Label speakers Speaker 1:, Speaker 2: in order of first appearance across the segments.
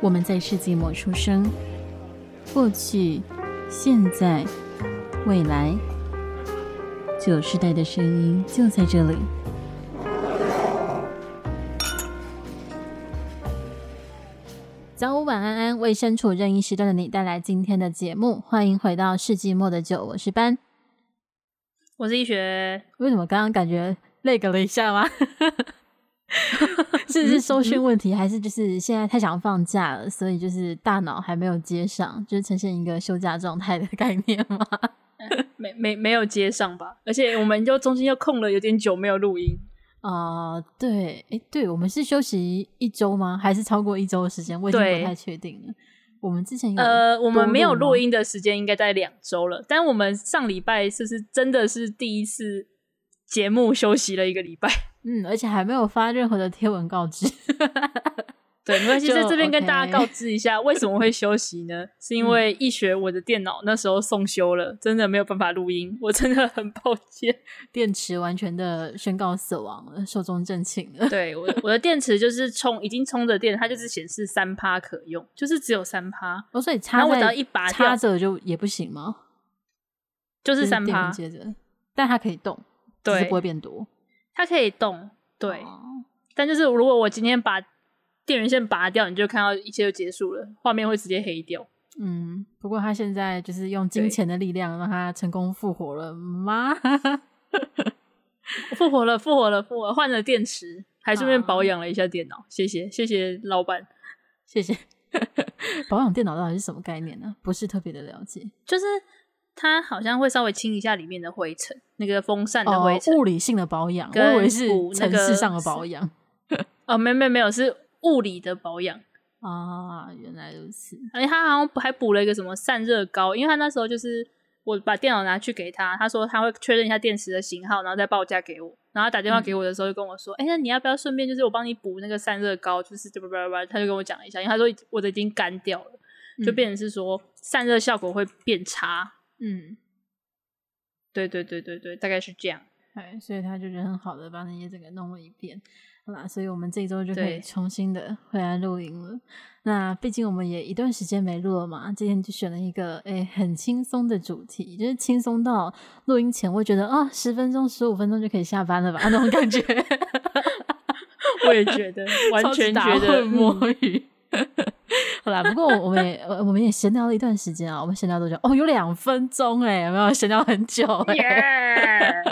Speaker 1: 我们在世纪末出生，过去、现在、未来，九世代的声音就在这里。早午晚安安，为身处任意时段的你带来今天的节目，欢迎回到世纪末的九，我是班。
Speaker 2: 我是医学，
Speaker 1: 为什么刚刚感觉累个了一下 吗？是是收讯问题，还是就是现在太想放假了，所以就是大脑还没有接上，就是呈现一个休假状态的概念吗？
Speaker 2: 没没没有接上吧？而且我们就中间又空了有点久没有录音，
Speaker 1: 啊、对，诶，对，我们是休息一周吗？还是超过一周的时间？我已经
Speaker 2: 对
Speaker 1: 不太确定了。我们之前有
Speaker 2: 呃，我
Speaker 1: 多
Speaker 2: 们没有
Speaker 1: 吗
Speaker 2: 录音的时间应该在两周了，但我们上礼拜是不是真的是第一次节目休息了一个礼拜？
Speaker 1: 嗯，而且还没有发任何的贴文告知。
Speaker 2: 对，没关系，
Speaker 1: 就
Speaker 2: 在这边跟
Speaker 1: OK
Speaker 2: 大家告知一下，为什么会休息呢？是因为一学我的电脑那时候送修了，真的没有办法录音，我真的很抱歉。
Speaker 1: 电池完全的宣告死亡了，寿终正寝了。
Speaker 2: 对我我的电池就是充已经充着电，它就是显示三趴可用，就是只有三趴，
Speaker 1: 哦，所以插
Speaker 2: 然后我
Speaker 1: 在
Speaker 2: 只要一拔掉
Speaker 1: 插着就也不行吗？
Speaker 2: 就
Speaker 1: 就是
Speaker 2: 三
Speaker 1: 电源
Speaker 2: 趴，
Speaker 1: 接着，但它可以动，只是
Speaker 2: 对
Speaker 1: 不会变多。
Speaker 2: 它可以动，对。
Speaker 1: 哦
Speaker 2: 但就是如果我今天把电源线拔掉，你就看到一切就结束了，画面会直接黑掉。
Speaker 1: 嗯，不过他现在就是用金
Speaker 2: 对
Speaker 1: 钱的力量让他成功复活了吗？
Speaker 2: 复活了，复活了，复活了，换了电池，还顺便
Speaker 1: 哦
Speaker 2: 保养了一下电脑。谢谢，谢谢老板。
Speaker 1: 谢谢。保养电脑到底是什么概念呢？不是特别的了解。
Speaker 2: 就是它好像会稍微清一下里面的灰尘，那个风扇的
Speaker 1: 哦
Speaker 2: 灰，尘。
Speaker 1: 物理性的保养，我
Speaker 2: 跟
Speaker 1: 以为是
Speaker 2: 补那
Speaker 1: 城
Speaker 2: 个
Speaker 1: 市上的保养
Speaker 2: 哦，没没没有，是物理的保养。
Speaker 1: 啊，原来如此。
Speaker 2: 而且他好像还补了一个什么散热膏，因为他那时候就是我把电脑拿去给他，他说他会确认一下电池的型号，然后再报价给我。然后他打电话
Speaker 1: 嗯
Speaker 2: 给我的时候就跟我说：“哎、那你要不要顺便就是我帮你补那个散热膏？”就是叭叭叭，他就跟我讲了一下，因为他说我的已经干掉了，就
Speaker 1: 嗯
Speaker 2: 变成是说散热效果会变差。
Speaker 1: 嗯，
Speaker 2: 对对对对对，大概是 这样。
Speaker 1: 哎，所以他就是很好的把那些整个弄了一遍，好啦，所以我们这一周就可以
Speaker 2: 对
Speaker 1: 重新的回来录音了。那毕竟我们也一段时间没录了嘛，今天就选了一个哎很轻松的主题，就是轻松到录音前会觉得啊十分钟十五分钟就可以下班了吧那种感觉，
Speaker 2: 我也觉得， 完
Speaker 1: 超级
Speaker 2: 全
Speaker 1: 打
Speaker 2: 觉得
Speaker 1: 混 摸
Speaker 2: 嗯
Speaker 1: 鱼。好啦，不过我们也呃我们也闲聊了一段时间啊，我们闲聊多久？哦，有两分钟哎、有没有闲聊很久、哎。
Speaker 2: 耶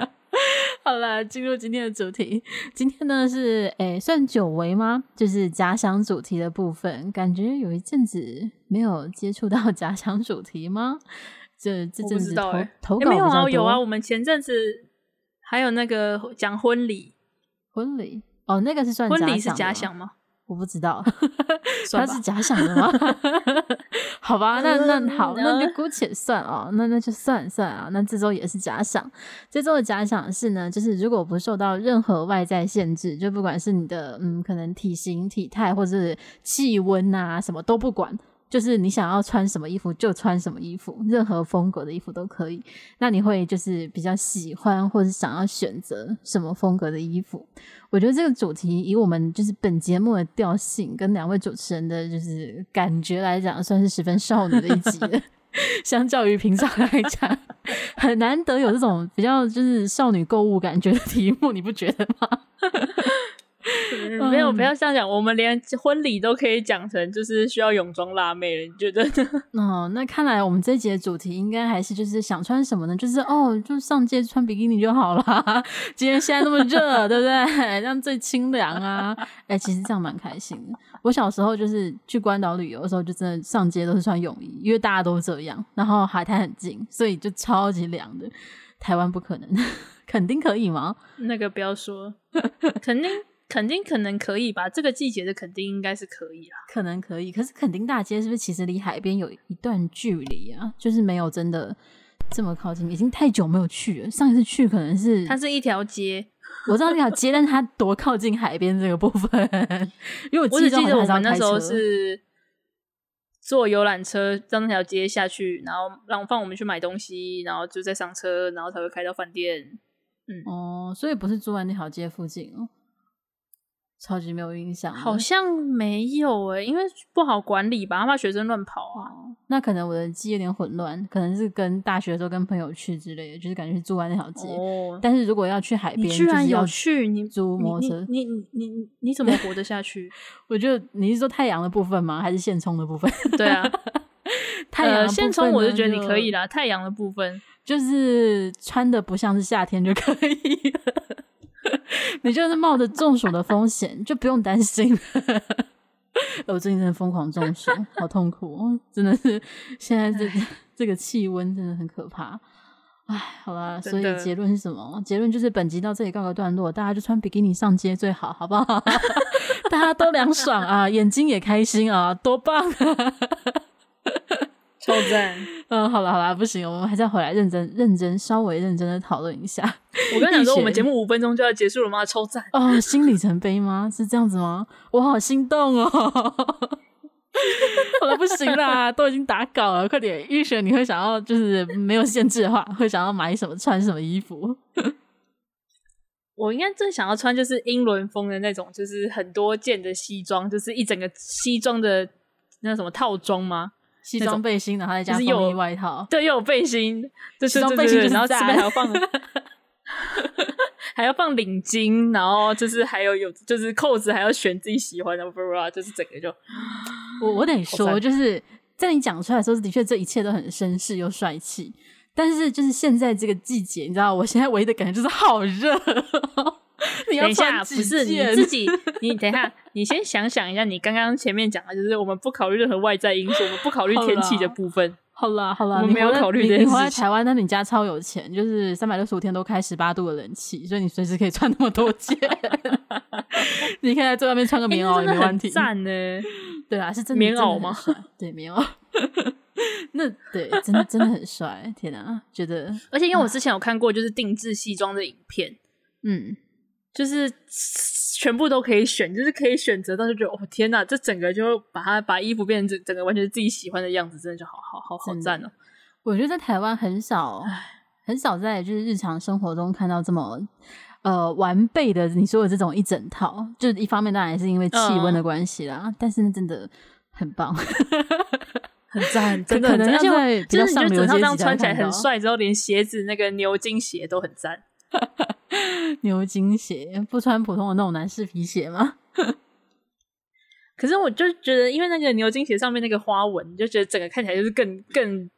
Speaker 1: 好了，进入今天的主题。今天呢是诶、算久违吗？就是假想主题的部分，感觉有一阵子没有接触到假想主题吗？这这
Speaker 2: 我不
Speaker 1: 阵
Speaker 2: 知
Speaker 1: 子投、
Speaker 2: 道欸
Speaker 1: 投
Speaker 2: 诶
Speaker 1: 稿
Speaker 2: 没有
Speaker 1: 比较
Speaker 2: 啊，
Speaker 1: 多
Speaker 2: 有啊，我们前阵子还有那个讲婚礼，
Speaker 1: 婚礼哦，那个是算
Speaker 2: 婚礼是
Speaker 1: 假
Speaker 2: 假
Speaker 1: 想
Speaker 2: 想
Speaker 1: 的吗，
Speaker 2: 吗？
Speaker 1: 我不知道，它
Speaker 2: 算吧
Speaker 1: 是假想的吗？ 好吧，那那
Speaker 2: 嗯
Speaker 1: 好，那就
Speaker 2: 呃
Speaker 1: 姑且算哦，那那就算算啊，那这周也是假想。这周的假想是呢，就是如果不受到任何外在限制，就不管是你的嗯，可能体型、体态或者是气温啊，什么都不管，就是你想要穿什么衣服就穿什么衣服，任何风格的衣服都可以。那你会就是比较喜欢或者想要选择什么风格的衣服？我觉得这个主题以我们就是本节目的调性跟两位主持人的就是感觉来讲，算是十分少女的一集了。 相较于平常来讲， 很难得有这种比较就是少女购物感觉的题目，你不觉得吗？
Speaker 2: 嗯没有，不要这样讲，我们连婚礼都可以讲成就是需要泳装辣妹了，你觉得呢？
Speaker 1: 哦，那看来我们这一集的主题应该还是就是想穿什么呢？就是哦，就上街穿比基尼就好啦。 今天现在那么热，对不对？ 这样最清凉啊！哎、其实这样蛮开心的。我小时候就是去关岛旅游的时候，就真的上街都是穿泳衣，因为大家都这样，然后海滩很近，所以就超级凉的。台湾不可能， 肯定可以吗？
Speaker 2: 那个不要说，肯定肯定可能可以吧，这个季节的肯定应该是可以啦。
Speaker 1: 可能可以，可是垦丁大街是不是其实离海边有一段距离啊？就是没有真的这么靠近，已经太久没有去了。上一次去可能是
Speaker 2: 它是一条街，
Speaker 1: 我知道那条街，但是它多靠近海边这个部分，因为我
Speaker 2: 我只
Speaker 1: 中
Speaker 2: 记得
Speaker 1: 还
Speaker 2: 我
Speaker 1: 是要
Speaker 2: 们那
Speaker 1: 开
Speaker 2: 时候
Speaker 1: 车。
Speaker 2: 是坐游览车到那条街下去，然后让放我们去买东西，然后就再上车，然后才会开到饭店。
Speaker 1: 哦，所以不是住在那条街附近哦。超级没有印象的。
Speaker 2: 好像没有诶、因为不好管理吧，他怕学生乱跑啊。
Speaker 1: 哦，那可能我的记忆有点混乱，可能是跟大学的时候跟朋友去之类的，就是感觉是住在那条街。
Speaker 2: 哦，
Speaker 1: 但是如果要去海边，
Speaker 2: 你居然有
Speaker 1: 就是要
Speaker 2: 去，你
Speaker 1: 租摩托车？
Speaker 2: 你你你你你怎么活得 下去？
Speaker 1: 我觉得你是说太阳的部分吗？还是现充的部 分？
Speaker 2: 对啊，
Speaker 1: 太阳的
Speaker 2: 呃，
Speaker 1: 部
Speaker 2: 现
Speaker 1: 分
Speaker 2: 充我
Speaker 1: 呢
Speaker 2: 就觉得你可以，啦。太阳的 部分，
Speaker 1: 就是穿的不像是夏天就可以了。 你就是冒着中暑的风险，就不用担心了。 呃我最近真的疯狂中暑，好痛苦哦，真的是现在这这个气温真的很可怕。唉，好啦，所
Speaker 2: 真
Speaker 1: 以
Speaker 2: 的
Speaker 1: 结论是什么？结论就是本集到这里告个段落，大家就穿比基尼上街最好，好不好？ 大家都凉爽啊，眼睛也开心啊，多棒啊！
Speaker 2: 超赞！
Speaker 1: 嗯，好啦好啦，不行，我们还是要回来认真、认真、稍微认真的讨论一下。
Speaker 2: 我跟你讲说，
Speaker 1: 一
Speaker 2: 我们
Speaker 1: 起
Speaker 2: 节目五分钟就要结束了吗？超赞！
Speaker 1: 哦，新里程碑吗？是这样子吗？我好心动哦！ 好了，不行啦，都已经打稿了，快点！预选你会想要就是没有限制的话，会想要买什么、穿什么衣服？
Speaker 2: 我应该最想要穿就是英伦风的那种，就是很多件的西装，就是一整个西装的那什么套装吗？
Speaker 1: 西
Speaker 2: 那
Speaker 1: 装
Speaker 2: 种
Speaker 1: 背心，然后再加
Speaker 2: 就
Speaker 1: 风
Speaker 2: 是有
Speaker 1: 衣外套。
Speaker 2: 对，又有背心，对
Speaker 1: 西
Speaker 2: 对
Speaker 1: 装
Speaker 2: 对
Speaker 1: 背心就
Speaker 2: 对对，
Speaker 1: 是
Speaker 2: 然后这边
Speaker 1: 赞
Speaker 2: 还要放， 还要放领巾，然后就是还有有就是扣子还要选自己喜欢的，不不不，就是整个就
Speaker 1: 我我得
Speaker 2: 好
Speaker 1: 说，
Speaker 2: 赞
Speaker 1: 就是在你讲出来的时候，的确这一切都很绅士又帅气。但是就是现在这个季节，你知道，我现在唯一的感觉就是好热哦、 你
Speaker 2: 等
Speaker 1: 要
Speaker 2: 一
Speaker 1: 穿
Speaker 2: 下，
Speaker 1: 几
Speaker 2: 不是你
Speaker 1: 件
Speaker 2: 自己，你等一下，你先想想一下，你刚刚前面讲的就是我们不考虑任何外在因素，我们不考虑天气的部分。
Speaker 1: 好啦好啦，
Speaker 2: 我
Speaker 1: 你
Speaker 2: 没有
Speaker 1: 活在
Speaker 2: 考虑
Speaker 1: 你
Speaker 2: 这
Speaker 1: 你
Speaker 2: 件
Speaker 1: 活
Speaker 2: 事
Speaker 1: 在
Speaker 2: 情
Speaker 1: 台湾，但你家超有钱，就是三百六十五天都开十八度的冷气，所以你随时可以穿那么多件。 你可以在最外面穿个棉袄
Speaker 2: 诶
Speaker 1: 也
Speaker 2: 那真的
Speaker 1: 没问
Speaker 2: 很
Speaker 1: 题。
Speaker 2: 赞呢、
Speaker 1: 对啊啦，是真的
Speaker 2: 棉
Speaker 1: 真的
Speaker 2: 袄
Speaker 1: 很
Speaker 2: 吗
Speaker 1: 帅对，棉袄。 那对，真的真的很帅，天哪，觉得
Speaker 2: 而且因为我之前有看过就是定制西装的影片，
Speaker 1: 嗯，
Speaker 2: 就是全部都可以选，就是可以选择，但是觉得哦天哪，这整个就把它把衣服变成整整个完全是自己喜欢的样子，真的就好好好好
Speaker 1: 真的
Speaker 2: 赞哦、
Speaker 1: 我觉得在台湾很少很少在就是日常生活中看到这么。呃，完备的你说的这种一整套，就一方面当然是因为气温的关系啦，但是真的很棒。
Speaker 2: 很赞，
Speaker 1: 可
Speaker 2: 真的很
Speaker 1: 可能
Speaker 2: 赞。而且
Speaker 1: 要
Speaker 2: 我
Speaker 1: 在比
Speaker 2: 就
Speaker 1: 较
Speaker 2: 是你
Speaker 1: 上
Speaker 2: 觉得
Speaker 1: 流阶
Speaker 2: 整套这样
Speaker 1: 级才
Speaker 2: 穿
Speaker 1: 会
Speaker 2: 起来
Speaker 1: 看
Speaker 2: 很
Speaker 1: 到
Speaker 2: 帅，之后连鞋子那个牛津鞋都很赞。
Speaker 1: 牛津鞋，不穿普通的那种男士皮鞋吗？
Speaker 2: 可是我就觉得，因为那个牛津鞋上面那个花纹，就觉得整个看起来就是更更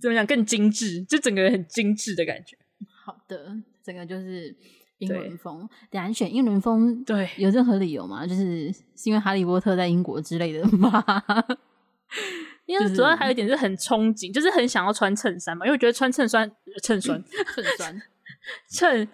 Speaker 2: 怎么讲更精致，就整个人很精致的感觉。
Speaker 1: 好的，整个就是英
Speaker 2: 对
Speaker 1: 伦风。等下你选英伦风，
Speaker 2: 对
Speaker 1: 有任何理由吗？就是是因为哈利波特在英国之类的吗？
Speaker 2: 因为主要还有一点是很憧憬，就是很想要穿衬衫嘛，因为我觉得穿衬衫、呃衬衫、
Speaker 1: 衬衫，
Speaker 2: 衬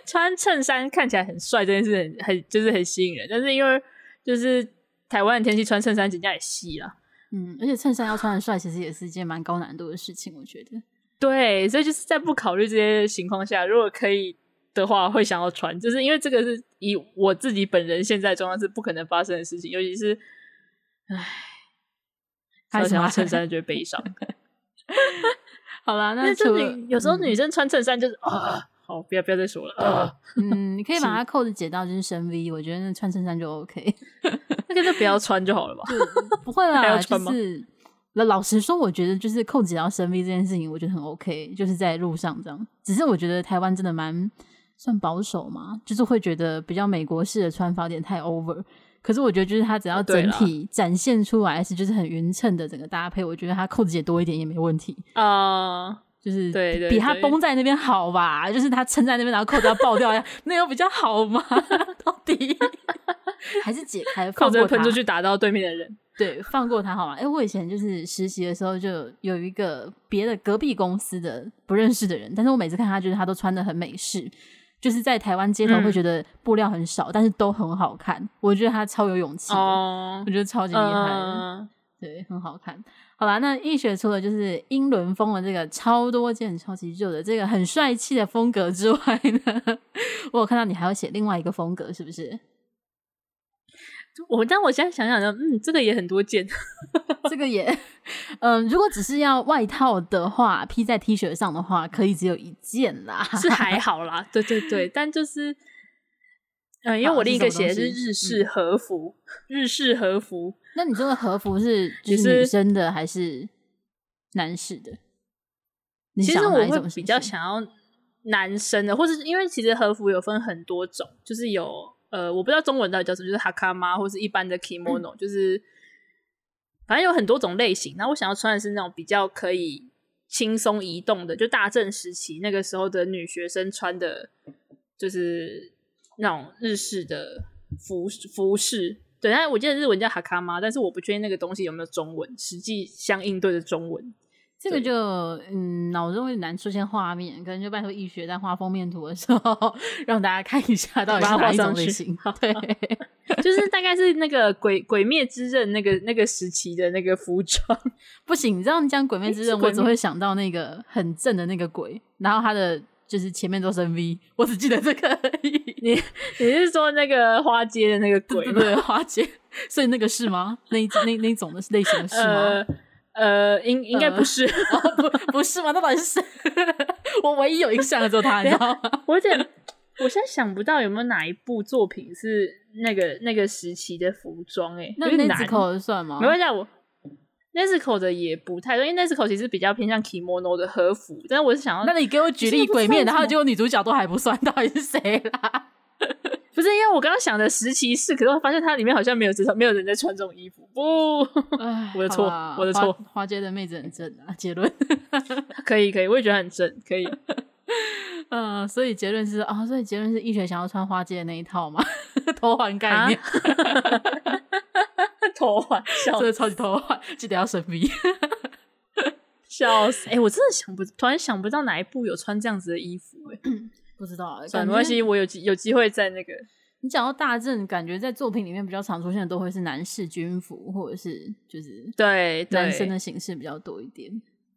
Speaker 2: 穿衬衫看起来很帅，这件事很很就是很吸引人。但是因为就是台湾的天气，穿衬衫人家也稀了。
Speaker 1: 嗯，而且衬衫要穿的帅，其实也是一件蛮高难度的事情，我觉得。
Speaker 2: 对，所以就是在不考虑这些情况下，如果可以的话，会想要穿，就是因为这个是以我自己本人现在状况是不可能发生的事情，尤其是，
Speaker 1: 还
Speaker 2: 唉，
Speaker 1: 有什
Speaker 2: 想
Speaker 1: 么
Speaker 2: 要衬衫就觉得悲 伤。
Speaker 1: 好啦，
Speaker 2: 但
Speaker 1: 那
Speaker 2: 是
Speaker 1: 除了
Speaker 2: 女有时候女生穿衬衫就是啊，好，不要不要再说了，啊，
Speaker 1: 嗯，你可以把它扣子解到就是深 V，我觉得那穿衬衫就 OK。
Speaker 2: 那个就不要穿就好了吧。
Speaker 1: 就不会
Speaker 2: 还
Speaker 1: 啦，
Speaker 2: 要
Speaker 1: 就
Speaker 2: 穿吗
Speaker 1: 是老老实说，我觉得就是扣紧到生 V 这件事情，我觉得很 OK，就是在路上这样。只是我觉得台湾真的蛮算保守嘛，就是会觉得比较美国式的穿法有点太 over。可是我觉得，就是它只要
Speaker 2: 对
Speaker 1: 整
Speaker 2: 啦
Speaker 1: 体展现出来是就是很匀称的整个搭配，我觉得它扣子解多一点也没问题，
Speaker 2: 啊、
Speaker 1: 就是
Speaker 2: 对对
Speaker 1: 比它
Speaker 2: 对
Speaker 1: 绷在那边好吧，就是它撑在那边，然后扣子要爆掉一样，那有比较好吗？ 到底 还是解开
Speaker 2: 扣
Speaker 1: 放
Speaker 2: 子
Speaker 1: 过
Speaker 2: 会喷
Speaker 1: 它
Speaker 2: 出去打到对面的人。
Speaker 1: 对，放过他好吗？哎、我以前就是实习的时候，就有一个别的隔壁公司的不认识的人，但是我每次看他，就是他都穿的很美式，就是在台湾街头
Speaker 2: 嗯
Speaker 1: 会觉得布料很少，但是都很好看。我觉得他超有勇气的，
Speaker 2: 哦
Speaker 1: 我，觉得超级厉害的。
Speaker 2: 嗯，
Speaker 1: 对，很好看。好啦，那易学除了就是英伦风的这个超多件、超级热的这个很帅气的风格之外呢，我有看到你还要写另外一个风格，是不是？
Speaker 2: 我但我现在想想呢，嗯，这个也很多件，
Speaker 1: 这个也，嗯，如果只是要外套的话，披在 T 恤上的 话，可以只有一件啦。
Speaker 2: 是还好啦，对对对，但就是嗯，因为
Speaker 1: 好
Speaker 2: 我另一个
Speaker 1: 是什么
Speaker 2: 写的是
Speaker 1: 东西嗯
Speaker 2: 日式和服，日式和服
Speaker 1: 那你这个和服是就
Speaker 2: 也
Speaker 1: 是女
Speaker 2: 是
Speaker 1: 生的还是男士的？你
Speaker 2: 其
Speaker 1: 想
Speaker 2: 实
Speaker 1: 要
Speaker 2: 我
Speaker 1: 哪一
Speaker 2: 会
Speaker 1: 种
Speaker 2: 比
Speaker 1: 形
Speaker 2: 较
Speaker 1: 式
Speaker 2: 想要男生的，或是因为其实和服有分很多种，就是有呃，我不知道中文到底叫什么，就是哈卡妈或是一
Speaker 1: 嗯
Speaker 2: 般的 kimono，、就是反正有很多种类型。然后我想要穿的是那种比较可以轻松移动的，就大正时期那个时候的女学生穿的，就是那种日式的服服饰。对，但我记得日文叫哈卡妈，但是我不确定那个东西有没有中文，实际相应对的中文。
Speaker 1: 这个就嗯，脑中有点难出现画面，可能就拜托易学在画封面图的时候， 让大家看一下到底是
Speaker 2: 把它
Speaker 1: 哪
Speaker 2: 画
Speaker 1: 一种
Speaker 2: 上
Speaker 1: 类
Speaker 2: 去
Speaker 1: 型
Speaker 2: 好。
Speaker 1: 对，
Speaker 2: 就是大概是那个鬼《鬼灭之刃》那个那个时期的那个服装，
Speaker 1: 不行，你知道你讲《鬼灭之刃
Speaker 2: 是》，鬼
Speaker 1: 我只
Speaker 2: 灭
Speaker 1: 会想到那个很正的那个鬼，然后他的就是前面都是 V，我只记得这个而已。你
Speaker 2: 你是说那个花街的那个鬼
Speaker 1: 对
Speaker 2: 吗？
Speaker 1: 对花姐，所以那个是吗？那一那那种的类型的是吗？
Speaker 2: 呃呃，应应该不是，
Speaker 1: 哦不不是吗？那到底是谁？ 我唯一有印象的只有他，你知道吗？
Speaker 2: 我有点，我现在想不到有没有哪一部作品是那个那个时期的服装、欸，哎，
Speaker 1: 那
Speaker 2: 有点
Speaker 1: 那
Speaker 2: 难
Speaker 1: 只。口算吗？
Speaker 2: 没关系啊，我 Nezuko 的也不太对，因为 Nezuko 其实比较偏向 kimono 的和服，但是我是想要
Speaker 1: 那你给我举例
Speaker 2: 这个
Speaker 1: 鬼灭，
Speaker 2: 算
Speaker 1: 然后
Speaker 2: 什么
Speaker 1: 结果女主角都还不算，到底是谁啦？
Speaker 2: 不是因为我刚刚想的时期是，可是我发现它里面好像没有这种没有人在穿这种衣服，不。
Speaker 1: 唉
Speaker 2: 我的错
Speaker 1: 哎好吧
Speaker 2: 我的
Speaker 1: 花
Speaker 2: 错
Speaker 1: 花街的妹子很正啊，结论。
Speaker 2: 可以可以，我也觉得很正，可以。
Speaker 1: 嗯，所以结论是哦，所以结论是易学想要穿花街的那一套嘛， 偷换概念，啊
Speaker 2: 头环笑
Speaker 1: 真的超级偷换，记得要神秘。
Speaker 2: 笑死！哎、我真的想不，突然想不到哪一部有穿这样子的衣服、欸。哎，
Speaker 1: 不知道，
Speaker 2: 算
Speaker 1: 感
Speaker 2: 了，没
Speaker 1: 觉
Speaker 2: 关系，我有机有机会在那个
Speaker 1: 你讲到大正，感觉在作品里面比较常出现的都会是男士军服，或者是就是
Speaker 2: 对对
Speaker 1: 男生的形式比较多一点。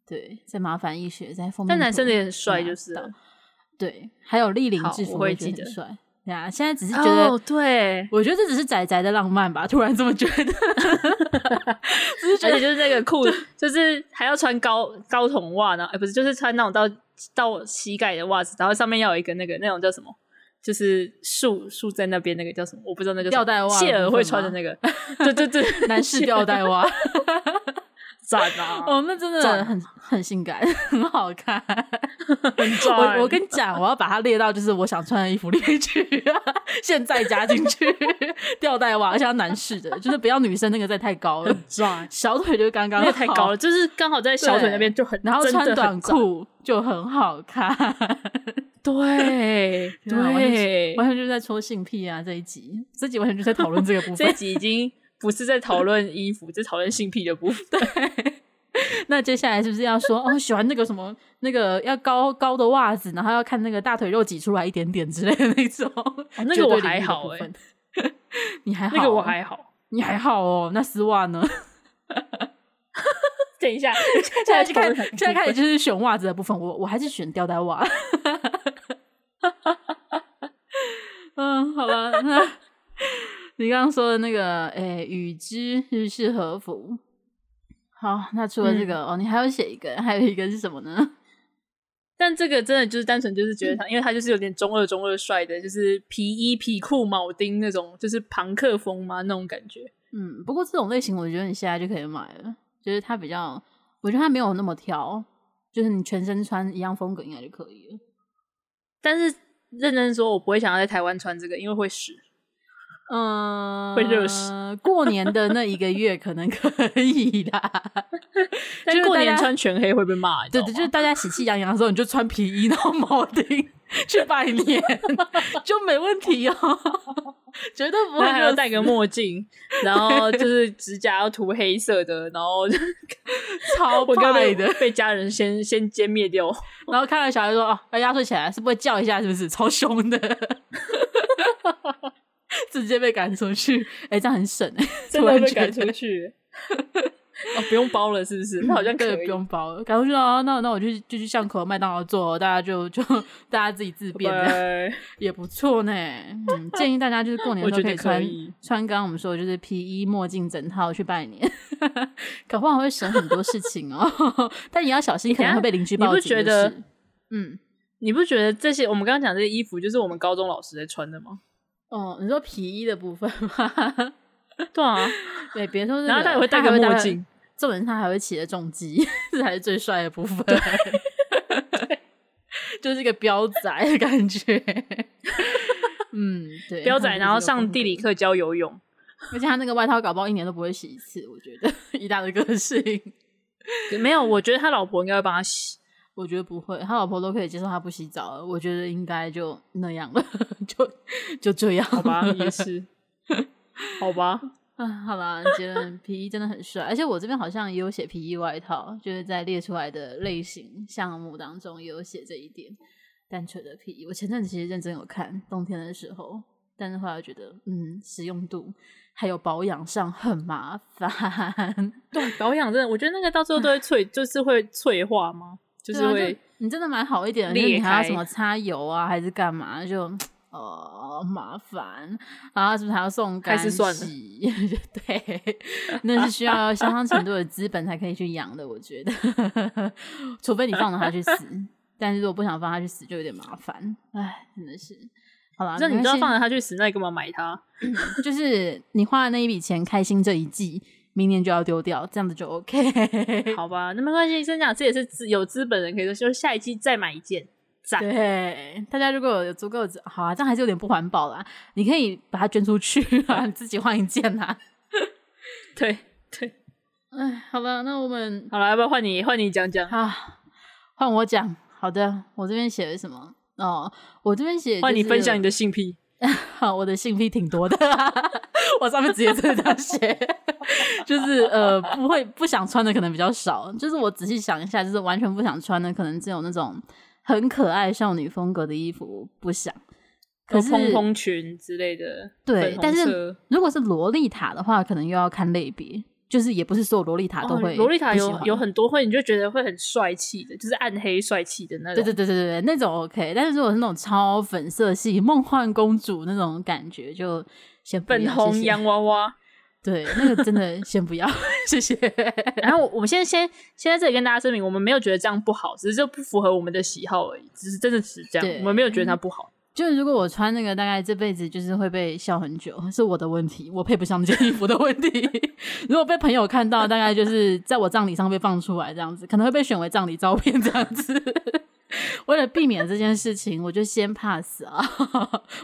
Speaker 1: 对，再麻烦易学在封面
Speaker 2: 但
Speaker 1: 图，
Speaker 2: 男生的也很帅，就是了
Speaker 1: 拿到对，还有立领
Speaker 2: 好
Speaker 1: 制服，
Speaker 2: 我
Speaker 1: 我
Speaker 2: 会
Speaker 1: 也觉
Speaker 2: 记
Speaker 1: 得很
Speaker 2: 得
Speaker 1: 帅。对啊，现在只是觉得，
Speaker 2: 哦对，
Speaker 1: 我觉得这只是仔仔的浪漫吧，突然这么觉得，只是觉
Speaker 2: 而且
Speaker 1: 得
Speaker 2: 就是那个裤，就是还要穿高高筒袜呢，哎、不是，就是穿那种到到膝盖的袜子，然后上面要有一个那个那种叫什么？就是束束在那边那个叫什么？我不知道那个
Speaker 1: 吊带袜的
Speaker 2: 谢尔
Speaker 1: 部
Speaker 2: 会
Speaker 1: 分
Speaker 2: 穿的
Speaker 1: 吗
Speaker 2: 那个， 对对对，
Speaker 1: 男士吊带袜，
Speaker 2: 赞啊，
Speaker 1: 哦，那真的
Speaker 2: 赞
Speaker 1: 很很性感，很好看。
Speaker 2: 赞
Speaker 1: 我我跟你讲，我要把它列到就是我想穿的衣服列去，现在加进去，吊带袜，而且要男士的，就是不要女生那个再太高了，
Speaker 2: 赞，
Speaker 1: 小腿就刚刚
Speaker 2: 那个太高
Speaker 1: 好
Speaker 2: 了，，就是刚好在小腿那边就很，
Speaker 1: 然后
Speaker 2: 真的
Speaker 1: 穿
Speaker 2: 很
Speaker 1: 短
Speaker 2: 窄，
Speaker 1: 裤就很好看。
Speaker 2: 对
Speaker 1: 天啊完全
Speaker 2: 对，
Speaker 1: 完全就是在说性癖啊！这一集，这集完全就在讨论这 个部
Speaker 2: 这一
Speaker 1: 分。
Speaker 2: 集已经不是在讨论衣服，在讨论性癖的部分。
Speaker 1: 那接下来是不是要说哦，喜欢那个什么那个要高高的袜子，然后要看那个大腿肉挤出来一点点之类的那种？
Speaker 2: 那
Speaker 1: 绝
Speaker 2: 个我
Speaker 1: 对领
Speaker 2: 还
Speaker 1: 域的
Speaker 2: 好
Speaker 1: 部
Speaker 2: 欸
Speaker 1: 分 你还好哦、
Speaker 2: 那个我还好。啊
Speaker 1: 你还好哦。那丝袜呢？
Speaker 2: 等一下，
Speaker 1: 现
Speaker 2: 现
Speaker 1: 在去
Speaker 2: 讨
Speaker 1: 看
Speaker 2: 论哪，个
Speaker 1: 现在
Speaker 2: 部
Speaker 1: 开始
Speaker 2: 分
Speaker 1: 就是选袜子的部分，我我还是选吊带袜。 嗯，好了，那你刚刚说的那个，诶、羽织日式和服。好，那除了这个、哦，你还要写一个，还有一个是什么呢？
Speaker 2: 但这个真的就是单纯就是觉得他，因为他就是有点中二中二帅的，就是皮衣、皮裤、铆钉那种，就是朋克风嘛那种感觉。
Speaker 1: 嗯，不过这种类型，我觉得你现在就可以买了，就是它比较，我觉得它没有那么挑，就是你全身穿一样风格应该就可以了。
Speaker 2: 但是认真说，我不会想要在台湾穿这个，因为会湿。
Speaker 1: 嗯，
Speaker 2: 会热死。
Speaker 1: 过年的那一个月可能可以 啦。
Speaker 2: 但
Speaker 1: 就是
Speaker 2: 过
Speaker 1: 大
Speaker 2: 年
Speaker 1: 家
Speaker 2: 穿全黑会被骂，你知
Speaker 1: 对
Speaker 2: 道
Speaker 1: 对，
Speaker 2: 吗
Speaker 1: 就是大家喜气洋洋的时候，你就穿皮衣，然后铆钉去拜年，就没问题 哦，绝对不会
Speaker 2: 然后还要
Speaker 1: 热。
Speaker 2: 戴个墨镜，然后就是指甲要涂黑色的，然后
Speaker 1: 超
Speaker 2: 我刚
Speaker 1: 派
Speaker 2: 被
Speaker 1: 的。
Speaker 2: 被家人先先歼灭 掉。
Speaker 1: 然后看到小孩说：“哦，要压岁钱啊，是不会叫一下，是不 是？超凶的。” 直接被赶出去，哎、这样很省哎、
Speaker 2: 真
Speaker 1: 突
Speaker 2: 的
Speaker 1: 然
Speaker 2: 被
Speaker 1: 觉
Speaker 2: 赶
Speaker 1: 得
Speaker 2: 出去。 哦，不用包了，是不是？那好像可
Speaker 1: 嗯对，
Speaker 2: 以。
Speaker 1: 不用包了，赶出去啊！那那我就就去巷口麦当劳做哦，大家就就大家自己自便这样。
Speaker 2: 拜拜
Speaker 1: 也不错呢。嗯，建议大家就是过年的时候
Speaker 2: 我觉
Speaker 1: 以
Speaker 2: 得
Speaker 1: 穿
Speaker 2: 可以
Speaker 1: 穿刚刚我们说的就是皮衣、墨镜整套去拜年， 搞不好会省很多事情哦。 但也要小心，可能会被邻居
Speaker 2: 你
Speaker 1: 报
Speaker 2: 不
Speaker 1: 警就是。
Speaker 2: 觉得
Speaker 1: 嗯，
Speaker 2: 你不觉得这些我们刚刚讲这些衣服，就是我们高中老师在穿的吗？
Speaker 1: 哦，你说皮衣的部分吗？
Speaker 2: 对啊，
Speaker 1: 对，别说、这个，
Speaker 2: 然后他也会戴
Speaker 1: 还
Speaker 2: 个墨
Speaker 1: 戴
Speaker 2: 镜，
Speaker 1: 重点是他还会骑着重机，这才是最帅的部分。 就是一个彪仔的感觉。 嗯，对，
Speaker 2: 彪
Speaker 1: 他
Speaker 2: 仔，
Speaker 1: 就是
Speaker 2: 然后
Speaker 1: 这个
Speaker 2: 上
Speaker 1: 风
Speaker 2: 地理
Speaker 1: 格，
Speaker 2: 课教游泳。
Speaker 1: 而且他那个外套搞不好一年都不会洗一次，我觉得 以他的个性，
Speaker 2: 没有，我觉得他老婆应该会帮他洗。
Speaker 1: 我觉得不会，他老婆都可以接受他不洗澡了，我觉得应该就那样了， 就就这样
Speaker 2: 好吧，也是，好吧，
Speaker 1: 啊，好吧，杰伦皮衣真的很帅，而且我这边好像也有写皮衣外套，就是在列出来的类型项目当中也有写这一点。单纯的皮衣，我前阵子其实认真有看，冬天的时候，但是后来觉得，嗯，实用度还有保养上很麻烦，
Speaker 2: 对，保养真的，我觉得那个到最后都会脆，就是会脆化吗？就是
Speaker 1: 对啊
Speaker 2: 会
Speaker 1: 就，你真的买好一点的，
Speaker 2: 裂
Speaker 1: 就是你还要
Speaker 2: 开
Speaker 1: 什么擦油啊，还是干嘛？就哦麻烦，然后是不是还要送干
Speaker 2: 还是算了
Speaker 1: 洗？ 对，那是需要相当程度的资本才可以去养的，我觉得， 除非你放了它去死，但是如果不想放它去死，就有点麻烦。唉，真的是。好啦，
Speaker 2: 那你
Speaker 1: 啊没
Speaker 2: 知道
Speaker 1: 关系
Speaker 2: 放了他去死，那你干嘛买它？
Speaker 1: 就是你花的那一笔钱，开心这一季，明年就要丢掉，这样子就 OK。
Speaker 2: 好吧，那没关系，真讲这也是资有资本人可以说，就是下一季再买一件，赞。
Speaker 1: 对，大家如果有足够的好啊，这样还是有点不环保啦。你可以把它捐出去啊，你 自己换一件啊啦。
Speaker 2: 对，
Speaker 1: 哎，好了，那我们
Speaker 2: 好了，要不要换你换你讲讲？
Speaker 1: 啊，换我讲。好的，我这边写了什么？哦，我这边写、
Speaker 2: 换你分享你
Speaker 1: 的，
Speaker 2: 的性癖，
Speaker 1: 好，我的性癖挺多的， 我上面直接这样写，就是呃，不会不想穿的可能比较少，就是我仔细想一下，就是完全不想穿的，可能只有那种很可爱少女风格的衣服不想。可是
Speaker 2: 蓬蓬裙之类的，
Speaker 1: 对
Speaker 2: 粉红
Speaker 1: 但是
Speaker 2: 色
Speaker 1: 如果是萝莉塔的话，可能又要看类别，就是也不是所有萝莉塔都
Speaker 2: 哦
Speaker 1: 会。
Speaker 2: 洛丽塔有有，很多会，你就觉得会很帅气的，就是暗黑帅气的那
Speaker 1: 对
Speaker 2: 种。
Speaker 1: 对对对对对，那种 OK。但是如果是那种超粉色系、梦幻公主那种感觉，就先不
Speaker 2: 粉
Speaker 1: 要啊谢
Speaker 2: 红
Speaker 1: 谢
Speaker 2: 洋娃娃。
Speaker 1: 对，那个真的先不要， 谢谢。
Speaker 2: 然后我我们现在先先在这里跟大家声明，我们没有觉得这样不好，只是这不符合我们的喜好而已，只是真的只是这样，
Speaker 1: 对嗯
Speaker 2: 我们没有觉得它不好。
Speaker 1: 就是如果我穿那个，大概这辈子就是会被笑很久，是我的问题，我配不上这件衣服的问题。 如果被朋友看到，大概就是在我葬礼上被放出来这样子，可能会被选为葬礼照片这样子。 为了避免这件事情，我就先 pass 啊，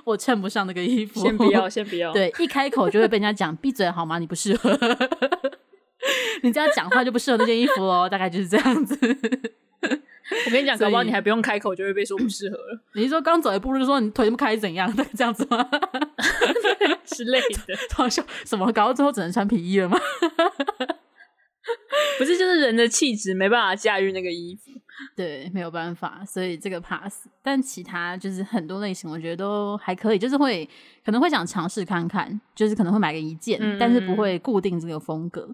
Speaker 1: 我衬不上那个衣服，
Speaker 2: 先不要，。先不 要。，
Speaker 1: 对，一开口就会被人家讲闭嘴好吗？你不适合， 你这样讲话就不适合那件衣服哦，大概就是这样子。
Speaker 2: 我跟你讲，
Speaker 1: 所以
Speaker 2: 搞不好你还不用开口就会被说不适 合了
Speaker 1: 你是说刚走一步路就说你腿这么开怎样？ 这样子吗？
Speaker 2: 之类 的。
Speaker 1: 好笑，什么搞到最后只能穿皮衣了吗？
Speaker 2: 不是，就是人的气质没办法驾驭那个衣服。
Speaker 1: 对，没有办法，所以这个 pass。但其他就是很多类型，我觉得都还可以，就是会可能会想尝试看看，就是可能会买个一件，
Speaker 2: 嗯
Speaker 1: 但是不会固定这个风格。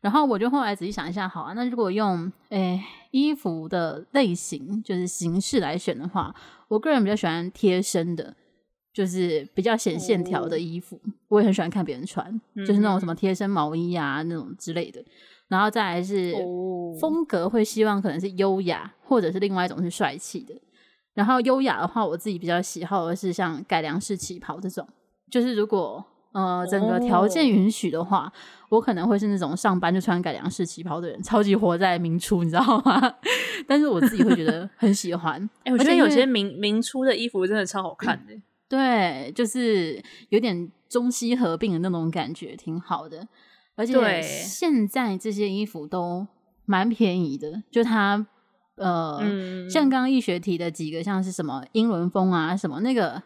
Speaker 1: 然后我就后来仔细想一下，好啊，那如果用诶、衣服的类型，就是形式来选的话，我个人比较喜欢贴身的，就是比较显线条的
Speaker 2: 哦
Speaker 1: 衣服。我也很喜欢看别人穿，就是那种什
Speaker 2: 嗯
Speaker 1: 么贴身毛衣啊那种之类的。然后再来是
Speaker 2: 哦
Speaker 1: 风格会希望可能是优雅，或者是另外一种是帅气的。然后优雅的话，我自己比较喜好的是像改良式旗袍这种，就是如果呃整个条件
Speaker 2: 哦
Speaker 1: 允许的话，我可能会是那种上班就穿改良式旗袍的人，超级活在明初，你知道吗？ 但是我自己会觉得很喜欢，
Speaker 2: 哎、我觉
Speaker 1: 而
Speaker 2: 得
Speaker 1: 且因
Speaker 2: 有
Speaker 1: 为嗯
Speaker 2: 些明明初的衣服真的超好看的、
Speaker 1: 对，就是有点中西合并的那种感觉，挺好的。而且
Speaker 2: 对
Speaker 1: 现在这些衣服都蛮便宜的，就它呃，
Speaker 2: 嗯，
Speaker 1: 像刚刚易学提的几个，像是什么英伦风啊，什么那个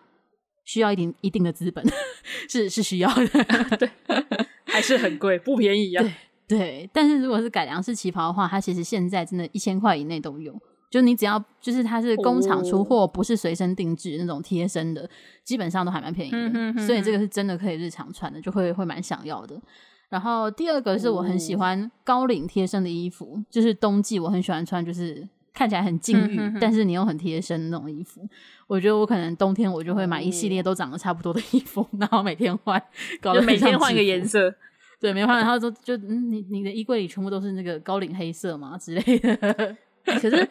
Speaker 1: 需要一定一定的资本， 是是需要的。对
Speaker 2: 还是很贵，不便宜啊。
Speaker 1: 对，但是如果是改良式旗袍的话，它其实现在真的一千块以内都有。就你只要就是它是工厂
Speaker 2: 哦
Speaker 1: 出货，不是随身定制那种贴身的，基本上都还蛮便宜的。
Speaker 2: 嗯哼哼
Speaker 1: 所以这个是真的可以日常穿的，就会会蛮想要的。然后第二个是我很喜
Speaker 2: 哦
Speaker 1: 欢高领贴身的衣服，就是冬季我很喜欢穿，就是看起来很禁欲，
Speaker 2: 嗯哼哼
Speaker 1: 但是你又很贴身那种衣服。我觉得我可能冬天我就会买一系列都长得差不多的衣服，然后每天换，搞得
Speaker 2: 哦就每
Speaker 1: 很像
Speaker 2: 天换一个
Speaker 1: 制服
Speaker 2: 颜色，
Speaker 1: 对，没换。然后就就嗯，你你的衣柜里全部都是那个高领黑色嘛之类的，
Speaker 2: 欸 可是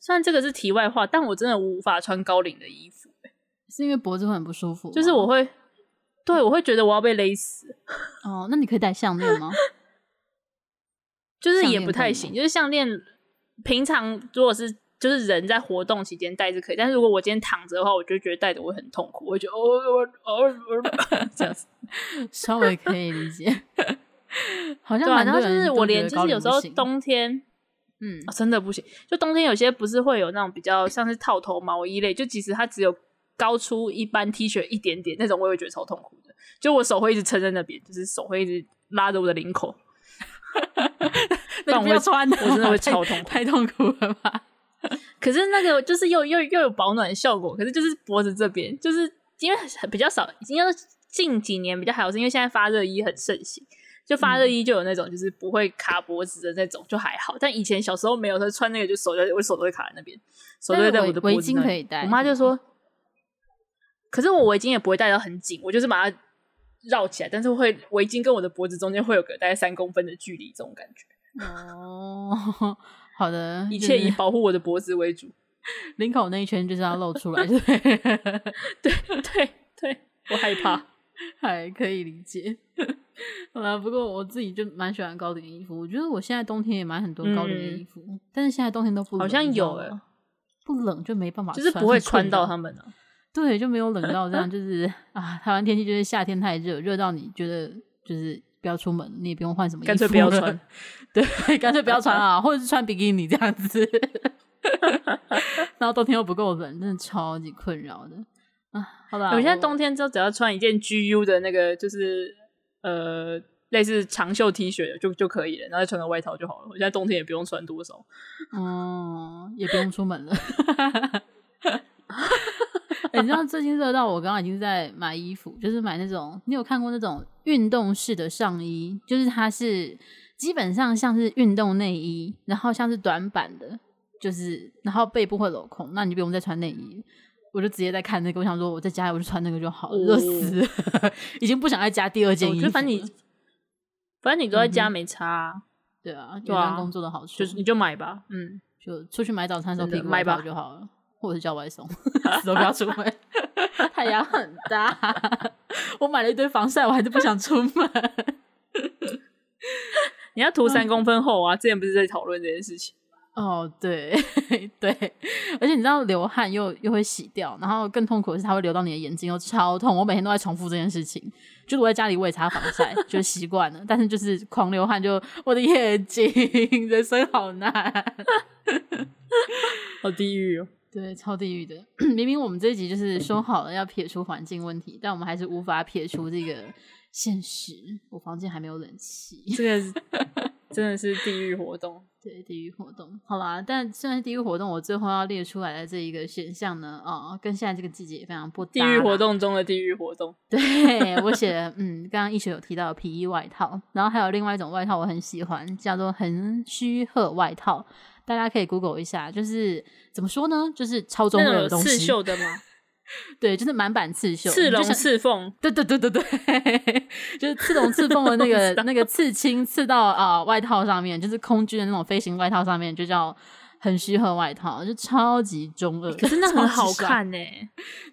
Speaker 2: 虽然这个是题外话，但我真的无法穿高领的衣服，
Speaker 1: 是因为脖子会很不舒服吗。
Speaker 2: 就是我会对，我会觉得我要被勒死，
Speaker 1: 哦，那你可以戴项链吗？
Speaker 2: 就是
Speaker 1: 项
Speaker 2: 也
Speaker 1: 链
Speaker 2: 不
Speaker 1: 可
Speaker 2: 太
Speaker 1: 以
Speaker 2: 行。
Speaker 1: 吗
Speaker 2: 就是项链，平常如果是就是人在活动期间戴是可以，但是如果我今天躺着的话，我就觉得戴着我会很痛苦，我会觉得哦哦哦哦这样子。
Speaker 1: 稍微可以理 解。好像
Speaker 2: 对啊，
Speaker 1: 蛮
Speaker 2: 然
Speaker 1: 多
Speaker 2: 后就
Speaker 1: 人
Speaker 2: 是
Speaker 1: 都
Speaker 2: 我
Speaker 1: 觉
Speaker 2: 连
Speaker 1: 得
Speaker 2: 就
Speaker 1: 高
Speaker 2: 是
Speaker 1: 领
Speaker 2: 有
Speaker 1: 不
Speaker 2: 时候
Speaker 1: 行
Speaker 2: 冬天。
Speaker 1: 嗯
Speaker 2: 啊，真的不行。就冬天有些不是会有那种比较像是套头毛衣类，就即使它只有高出一般 T 恤一点点那种，我也会觉得超痛苦的。就我手会一直撑在那边，就是手会一直拉着我的领口，
Speaker 1: 那
Speaker 2: 然
Speaker 1: 你不
Speaker 2: 我
Speaker 1: 要
Speaker 2: 会
Speaker 1: 穿啊
Speaker 2: 我真的 会
Speaker 1: 太
Speaker 2: 超痛苦。
Speaker 1: 太痛苦了吧？
Speaker 2: 可是那个就是又又又有保暖效果，可是就是脖子这边，就是因为比较少，应该说近几年比较还好，是因为现在发热衣很盛行。就
Speaker 1: 嗯
Speaker 2: 发热衣就有那种就是不会卡脖子的那种，就还好。但以前小时候没有，他穿那个就手就我手都会卡在那边，手都
Speaker 1: 但
Speaker 2: 会
Speaker 1: 是
Speaker 2: 在
Speaker 1: 围
Speaker 2: 我的脖
Speaker 1: 围
Speaker 2: 子
Speaker 1: 巾
Speaker 2: 那里
Speaker 1: 可以戴，
Speaker 2: 我妈就说，可是我围巾也不会戴到很紧，我就是把它绕起来，但是会围巾跟我的脖子中间会有个大概三公分的距离，这种感觉。
Speaker 1: 哦， 好的，
Speaker 2: 一
Speaker 1: 就
Speaker 2: 切
Speaker 1: 是
Speaker 2: 以保护我的脖子为主。
Speaker 1: 领口那一圈就是要露出来， 对，
Speaker 2: 对对，我害怕。
Speaker 1: 还可以理解。 好啦，不过我自己就蛮喜欢高领衣服，我觉得我现在冬天也买很多高领的
Speaker 2: 嗯
Speaker 1: 衣服，但是现在冬天都不冷
Speaker 2: 好像
Speaker 1: 你知道
Speaker 2: 有欸
Speaker 1: 吗不冷就没办法穿，
Speaker 2: 就是不 会
Speaker 1: 很困
Speaker 2: 穿到
Speaker 1: 扰
Speaker 2: 他们啊。
Speaker 1: 对，就没有冷到这样，就是 啊，台湾天气就是夏天太热，热到你觉得就是不要出门，你也不用换什么衣服，
Speaker 2: 干脆不要穿，
Speaker 1: 对，干脆不要穿啊，或者是穿比基尼这样子。 然后冬天又不够冷，真的超级困扰的啊！好啦，
Speaker 2: 哎我现在冬天之后只要穿一件 GU 的那个，就是呃类似长袖 T 恤就就可以了，然后再穿个外套就好了。我现在冬天也不用穿多少。
Speaker 1: 哦，也不用出门了。欸你知道最近热到我刚刚已经在买衣服，就是买那种你有看过那种运动式的上衣，就是它是基本上像是运动内衣，然后像是短版的，就是然后背部会镂空，那你就不用再穿内衣。我就直接在看那个，我想说我在家里我就穿那个就好了，热、死了，已经不想再加第二件
Speaker 2: 我
Speaker 1: 衣
Speaker 2: 觉
Speaker 1: 服了。
Speaker 2: 哦得反正你反正你都在家没差啊、
Speaker 1: 对啊，有
Speaker 2: 对啊
Speaker 1: 段工作的好处
Speaker 2: 就是你就买吧。嗯，
Speaker 1: 就出去买早餐的时候
Speaker 2: 真
Speaker 1: 屁
Speaker 2: 的
Speaker 1: 股
Speaker 2: 买
Speaker 1: 外
Speaker 2: 吧
Speaker 1: 套就好了，或者是叫外 送，死都不要出门，太阳很大。 我买了一堆防晒，我还是不想出门。
Speaker 2: 你要涂三公分厚啊。之前不是在讨论这件事情。
Speaker 1: 哦，对 对，而且你知道流汗又又会洗掉，然后更痛苦的是它会流到你的眼睛，又超痛。我每天都在重复这件事情，就是我在家里我也擦防晒，就习惯了，但是就是狂流汗就，我的眼睛，人生好难。
Speaker 2: 好地狱哦！
Speaker 1: 对，超地狱的。 明明我们这一集就是说好了要撇除环境问题，但我们还是无法撇除这个现实。我房间还没有冷气，
Speaker 2: 这 个是真的是地狱活动。
Speaker 1: 对，地狱活动。好啦，但虽然地狱活动，我最后要列出来的这一个选项呢，啊、跟现在这个季节也非常不搭
Speaker 2: 地狱
Speaker 1: 啦
Speaker 2: 活。动中的地狱活动，
Speaker 1: 对我写了，嗯，刚刚一学有提到的皮衣外套，然后还有另外一种外套我很喜欢，叫做横须贺外套，大家可以 Google 一下，就是怎么说呢，就是超中
Speaker 2: 那
Speaker 1: 二
Speaker 2: 种
Speaker 1: 的
Speaker 2: 有
Speaker 1: 东西，
Speaker 2: 刺绣的吗？
Speaker 1: 对，就是满版刺绣，
Speaker 2: 刺
Speaker 1: 你就
Speaker 2: 龙、
Speaker 1: 想
Speaker 2: 刺凤，
Speaker 1: 对对对对 对，就是刺龙刺凤的那
Speaker 2: 我
Speaker 1: 个
Speaker 2: 知道
Speaker 1: 那个刺青刺到啊、外套上面，就是空军的那种飞行外套上面，就叫很虚和外套，就超级中二。
Speaker 2: 可是 那
Speaker 1: 超
Speaker 2: 很
Speaker 1: 级
Speaker 2: 好
Speaker 1: 帅，
Speaker 2: 看呢、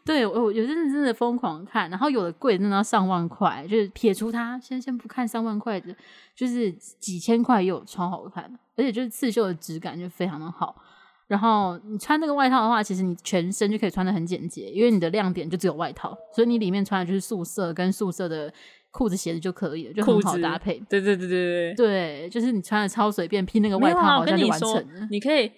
Speaker 1: 对我我有阵子真的疯狂看，然后有的贵真的要上万块，就是撇除它，先先不看三万块的，就是几千块也有超好看的，而且就是刺绣的质感就非常的好。然后你穿那个外套的话，其实你全身就可以穿的很简洁，因为你的亮点就只有外套，所以你里面穿的就是素色跟素色的裤子、鞋子就可以了，就很
Speaker 2: 裤
Speaker 1: 好
Speaker 2: 子
Speaker 1: 搭配。
Speaker 2: 对对对对对。
Speaker 1: 对，就是你穿的超随便，披那个
Speaker 2: 没
Speaker 1: 外
Speaker 2: 有
Speaker 1: 套
Speaker 2: 啊，
Speaker 1: 好
Speaker 2: 我跟
Speaker 1: 像就
Speaker 2: 你
Speaker 1: 完成
Speaker 2: 说
Speaker 1: 了。，
Speaker 2: 你可以，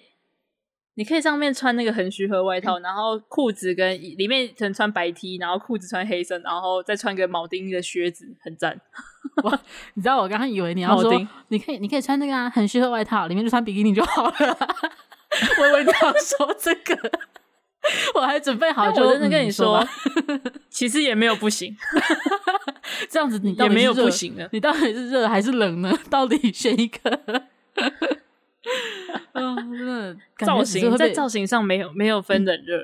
Speaker 2: 你可以上面穿那个横须贺
Speaker 1: 嗯
Speaker 2: 外套，然后裤子跟里面可能穿白 T，然后裤子穿黑色，然后再穿个铆钉的靴子，很赞。
Speaker 1: 你知道我刚刚以为你要说
Speaker 2: 铆钉，
Speaker 1: 你可以你可以穿那个啊，很适合外套，里面就穿比基尼就好了。 我以为你要说这个，我还准备好
Speaker 2: 但
Speaker 1: 就，
Speaker 2: 我真的跟
Speaker 1: 嗯
Speaker 2: 你
Speaker 1: 说
Speaker 2: 说
Speaker 1: 吧，
Speaker 2: 其实也没有不行，
Speaker 1: 这样子你到
Speaker 2: 也
Speaker 1: 底
Speaker 2: 没
Speaker 1: 是
Speaker 2: 有
Speaker 1: 热
Speaker 2: 不，行的。
Speaker 1: 你到底是热还是冷呢？ 到底选一 个？嗯、真的感
Speaker 2: 造
Speaker 1: 觉只是
Speaker 2: 型
Speaker 1: 会
Speaker 2: 在
Speaker 1: 被嗯
Speaker 2: 造型上没有没有分冷热，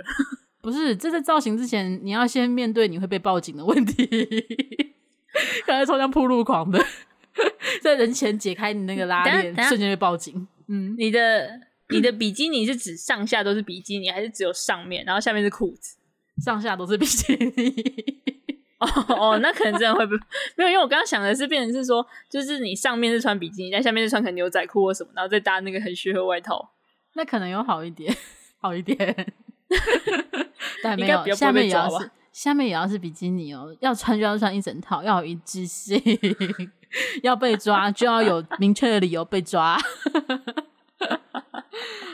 Speaker 1: 不是这在造型之前，你要先面对你会被报警的问题。 刚才超像铺路狂的， 在人前解开你那个拉
Speaker 2: 等下
Speaker 1: 链，
Speaker 2: 等下
Speaker 1: 瞬间被报警。嗯，
Speaker 2: 你的你的比基尼是指上下都是比基尼，还是只有上面，然后下面是裤子？
Speaker 1: 上下都是比基尼。
Speaker 2: 哦，那可能真的会被没有，因为我刚刚想的是变成是说，就是你上面是穿比基尼，但下面是穿可能牛仔裤或什么，然后再搭那个很虚的外套，
Speaker 1: 那可能有好一点，好一点。 但
Speaker 2: 应
Speaker 1: 没
Speaker 2: 该
Speaker 1: 有
Speaker 2: 比较，不
Speaker 1: 下
Speaker 2: 会
Speaker 1: 面
Speaker 2: 被
Speaker 1: 也
Speaker 2: 抓
Speaker 1: 要
Speaker 2: 吧
Speaker 1: 是下面也要是比基尼哦，要穿就要穿一整套，要有一致性， 要被抓就要有明确的理由被 抓。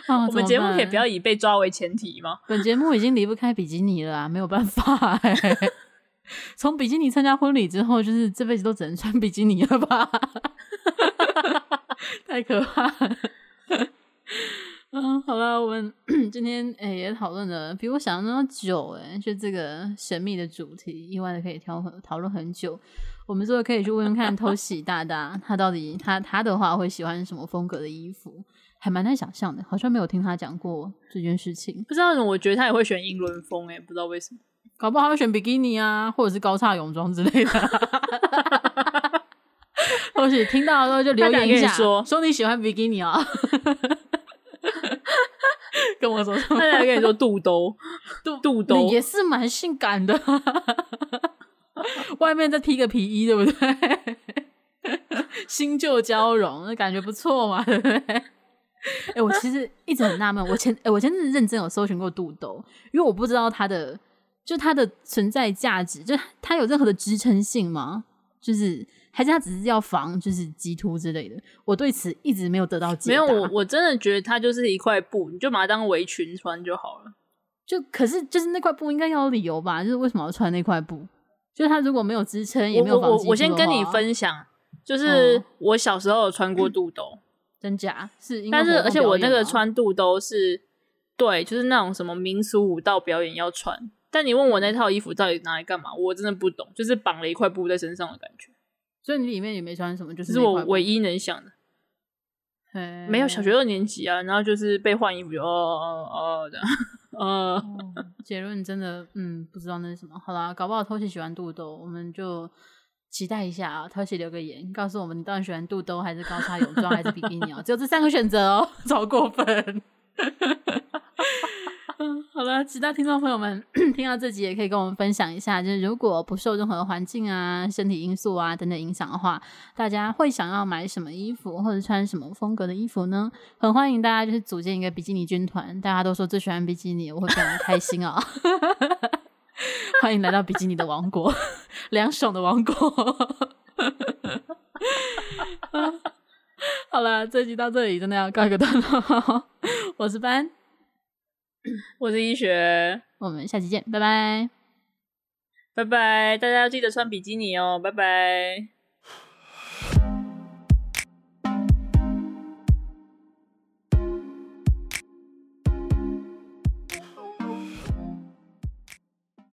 Speaker 1: 啊
Speaker 2: 我们节目可以
Speaker 1: 怎
Speaker 2: 不。
Speaker 1: 么办
Speaker 2: 要以被抓为前提吗？
Speaker 1: 本节目已经离不开比基尼了啊，没有办法、欸。从比基尼参加婚礼之后，就是这辈子都只能穿比基尼了吧？太可怕了。嗯，好了，我们 今天诶、也讨论了比我想象中的久诶、就这个神秘的主题，意外的可以讨论讨论很久。我们之后可以去问问看偷喜大大，他到底他他的话会喜欢什么风格的衣服，还蛮难想象的，好像没有听他讲过这件事情。
Speaker 2: 不知道为什么，我觉得他也会选英伦风、欸，哎，不知道为什么。
Speaker 1: 搞不好他会选比基尼啊，或者是高叉泳装之类 的。啊或许听到的时候就留言一下，
Speaker 2: 他敢跟你说
Speaker 1: 说你喜欢比基尼 啊、跟我说什么
Speaker 2: 他？才跟你说肚兜，
Speaker 1: 肚
Speaker 2: 肚兜
Speaker 1: 也是蛮性感的， 外面再披个皮衣，对不对？新旧交融，那感觉不错嘛，对不对？哎、我其实一直很纳闷，我前哎、我前阵子认真有搜寻过肚兜，因为我不知道它的就它的存在价值，就它有任何的支撑性吗？就是还是它只是要防就是鸡突之类的？我对此一直没有得到 解
Speaker 2: 没
Speaker 1: 答。
Speaker 2: 有我，我真的觉得它就是一块布，你就把它当围裙穿就好了。
Speaker 1: 就可是就是那块布应该要有理由吧？就是为什么要穿那块布？就是它如果没有支撑，也
Speaker 2: 我
Speaker 1: 没有
Speaker 2: 我
Speaker 1: 防
Speaker 2: 我
Speaker 1: 击
Speaker 2: 我先
Speaker 1: 住的
Speaker 2: 跟你
Speaker 1: 话
Speaker 2: 分享，就是
Speaker 1: 嗯
Speaker 2: 我小时候有穿过肚兜，
Speaker 1: 真假是因为
Speaker 2: 但是
Speaker 1: 活动
Speaker 2: 而且我那
Speaker 1: 表
Speaker 2: 个
Speaker 1: 演吗
Speaker 2: 穿肚兜是，对，就是那种什么民俗舞蹈表演要穿。但你问我
Speaker 1: 嗯
Speaker 2: 那套衣服到底拿来干嘛，我真的不懂，就是绑了一块布在身上的感觉，
Speaker 1: 所以你里面也没穿什么，就
Speaker 2: 这
Speaker 1: 是
Speaker 2: 是
Speaker 1: 那
Speaker 2: 我
Speaker 1: 块布嗯
Speaker 2: 唯一能想的。
Speaker 1: 嘿
Speaker 2: 没有小学二年级啊，然后就是被换衣服就哦哦 哦的，呃，
Speaker 1: 哦结论真的嗯不知道那是什么。好啦，搞不好偷喜喜欢肚兜，我们就期待一下啊。偷喜留个言，告诉我们你到底喜欢肚兜还是高叉泳装还是比基尼哦？只有这三个选择哦，超过分。嗯，好了，其他听众朋友们听到这集也可以跟我们分享一下，就是如果不受任何环境啊、身体因素啊等等影响的话，大家会想要买什么衣服或者穿什么风格的衣服呢？很欢迎大家就是组建一个比基尼军团，大家都说最喜欢比基尼，我会非常开心啊、 欢迎来到比基尼的王国， 凉爽的王国。 好了，这集到这里真的要告一个段落。 我是班，
Speaker 2: 我是医学，
Speaker 1: 我们下期见，拜拜。
Speaker 2: 拜拜，大家要记得穿比基尼哦，拜拜。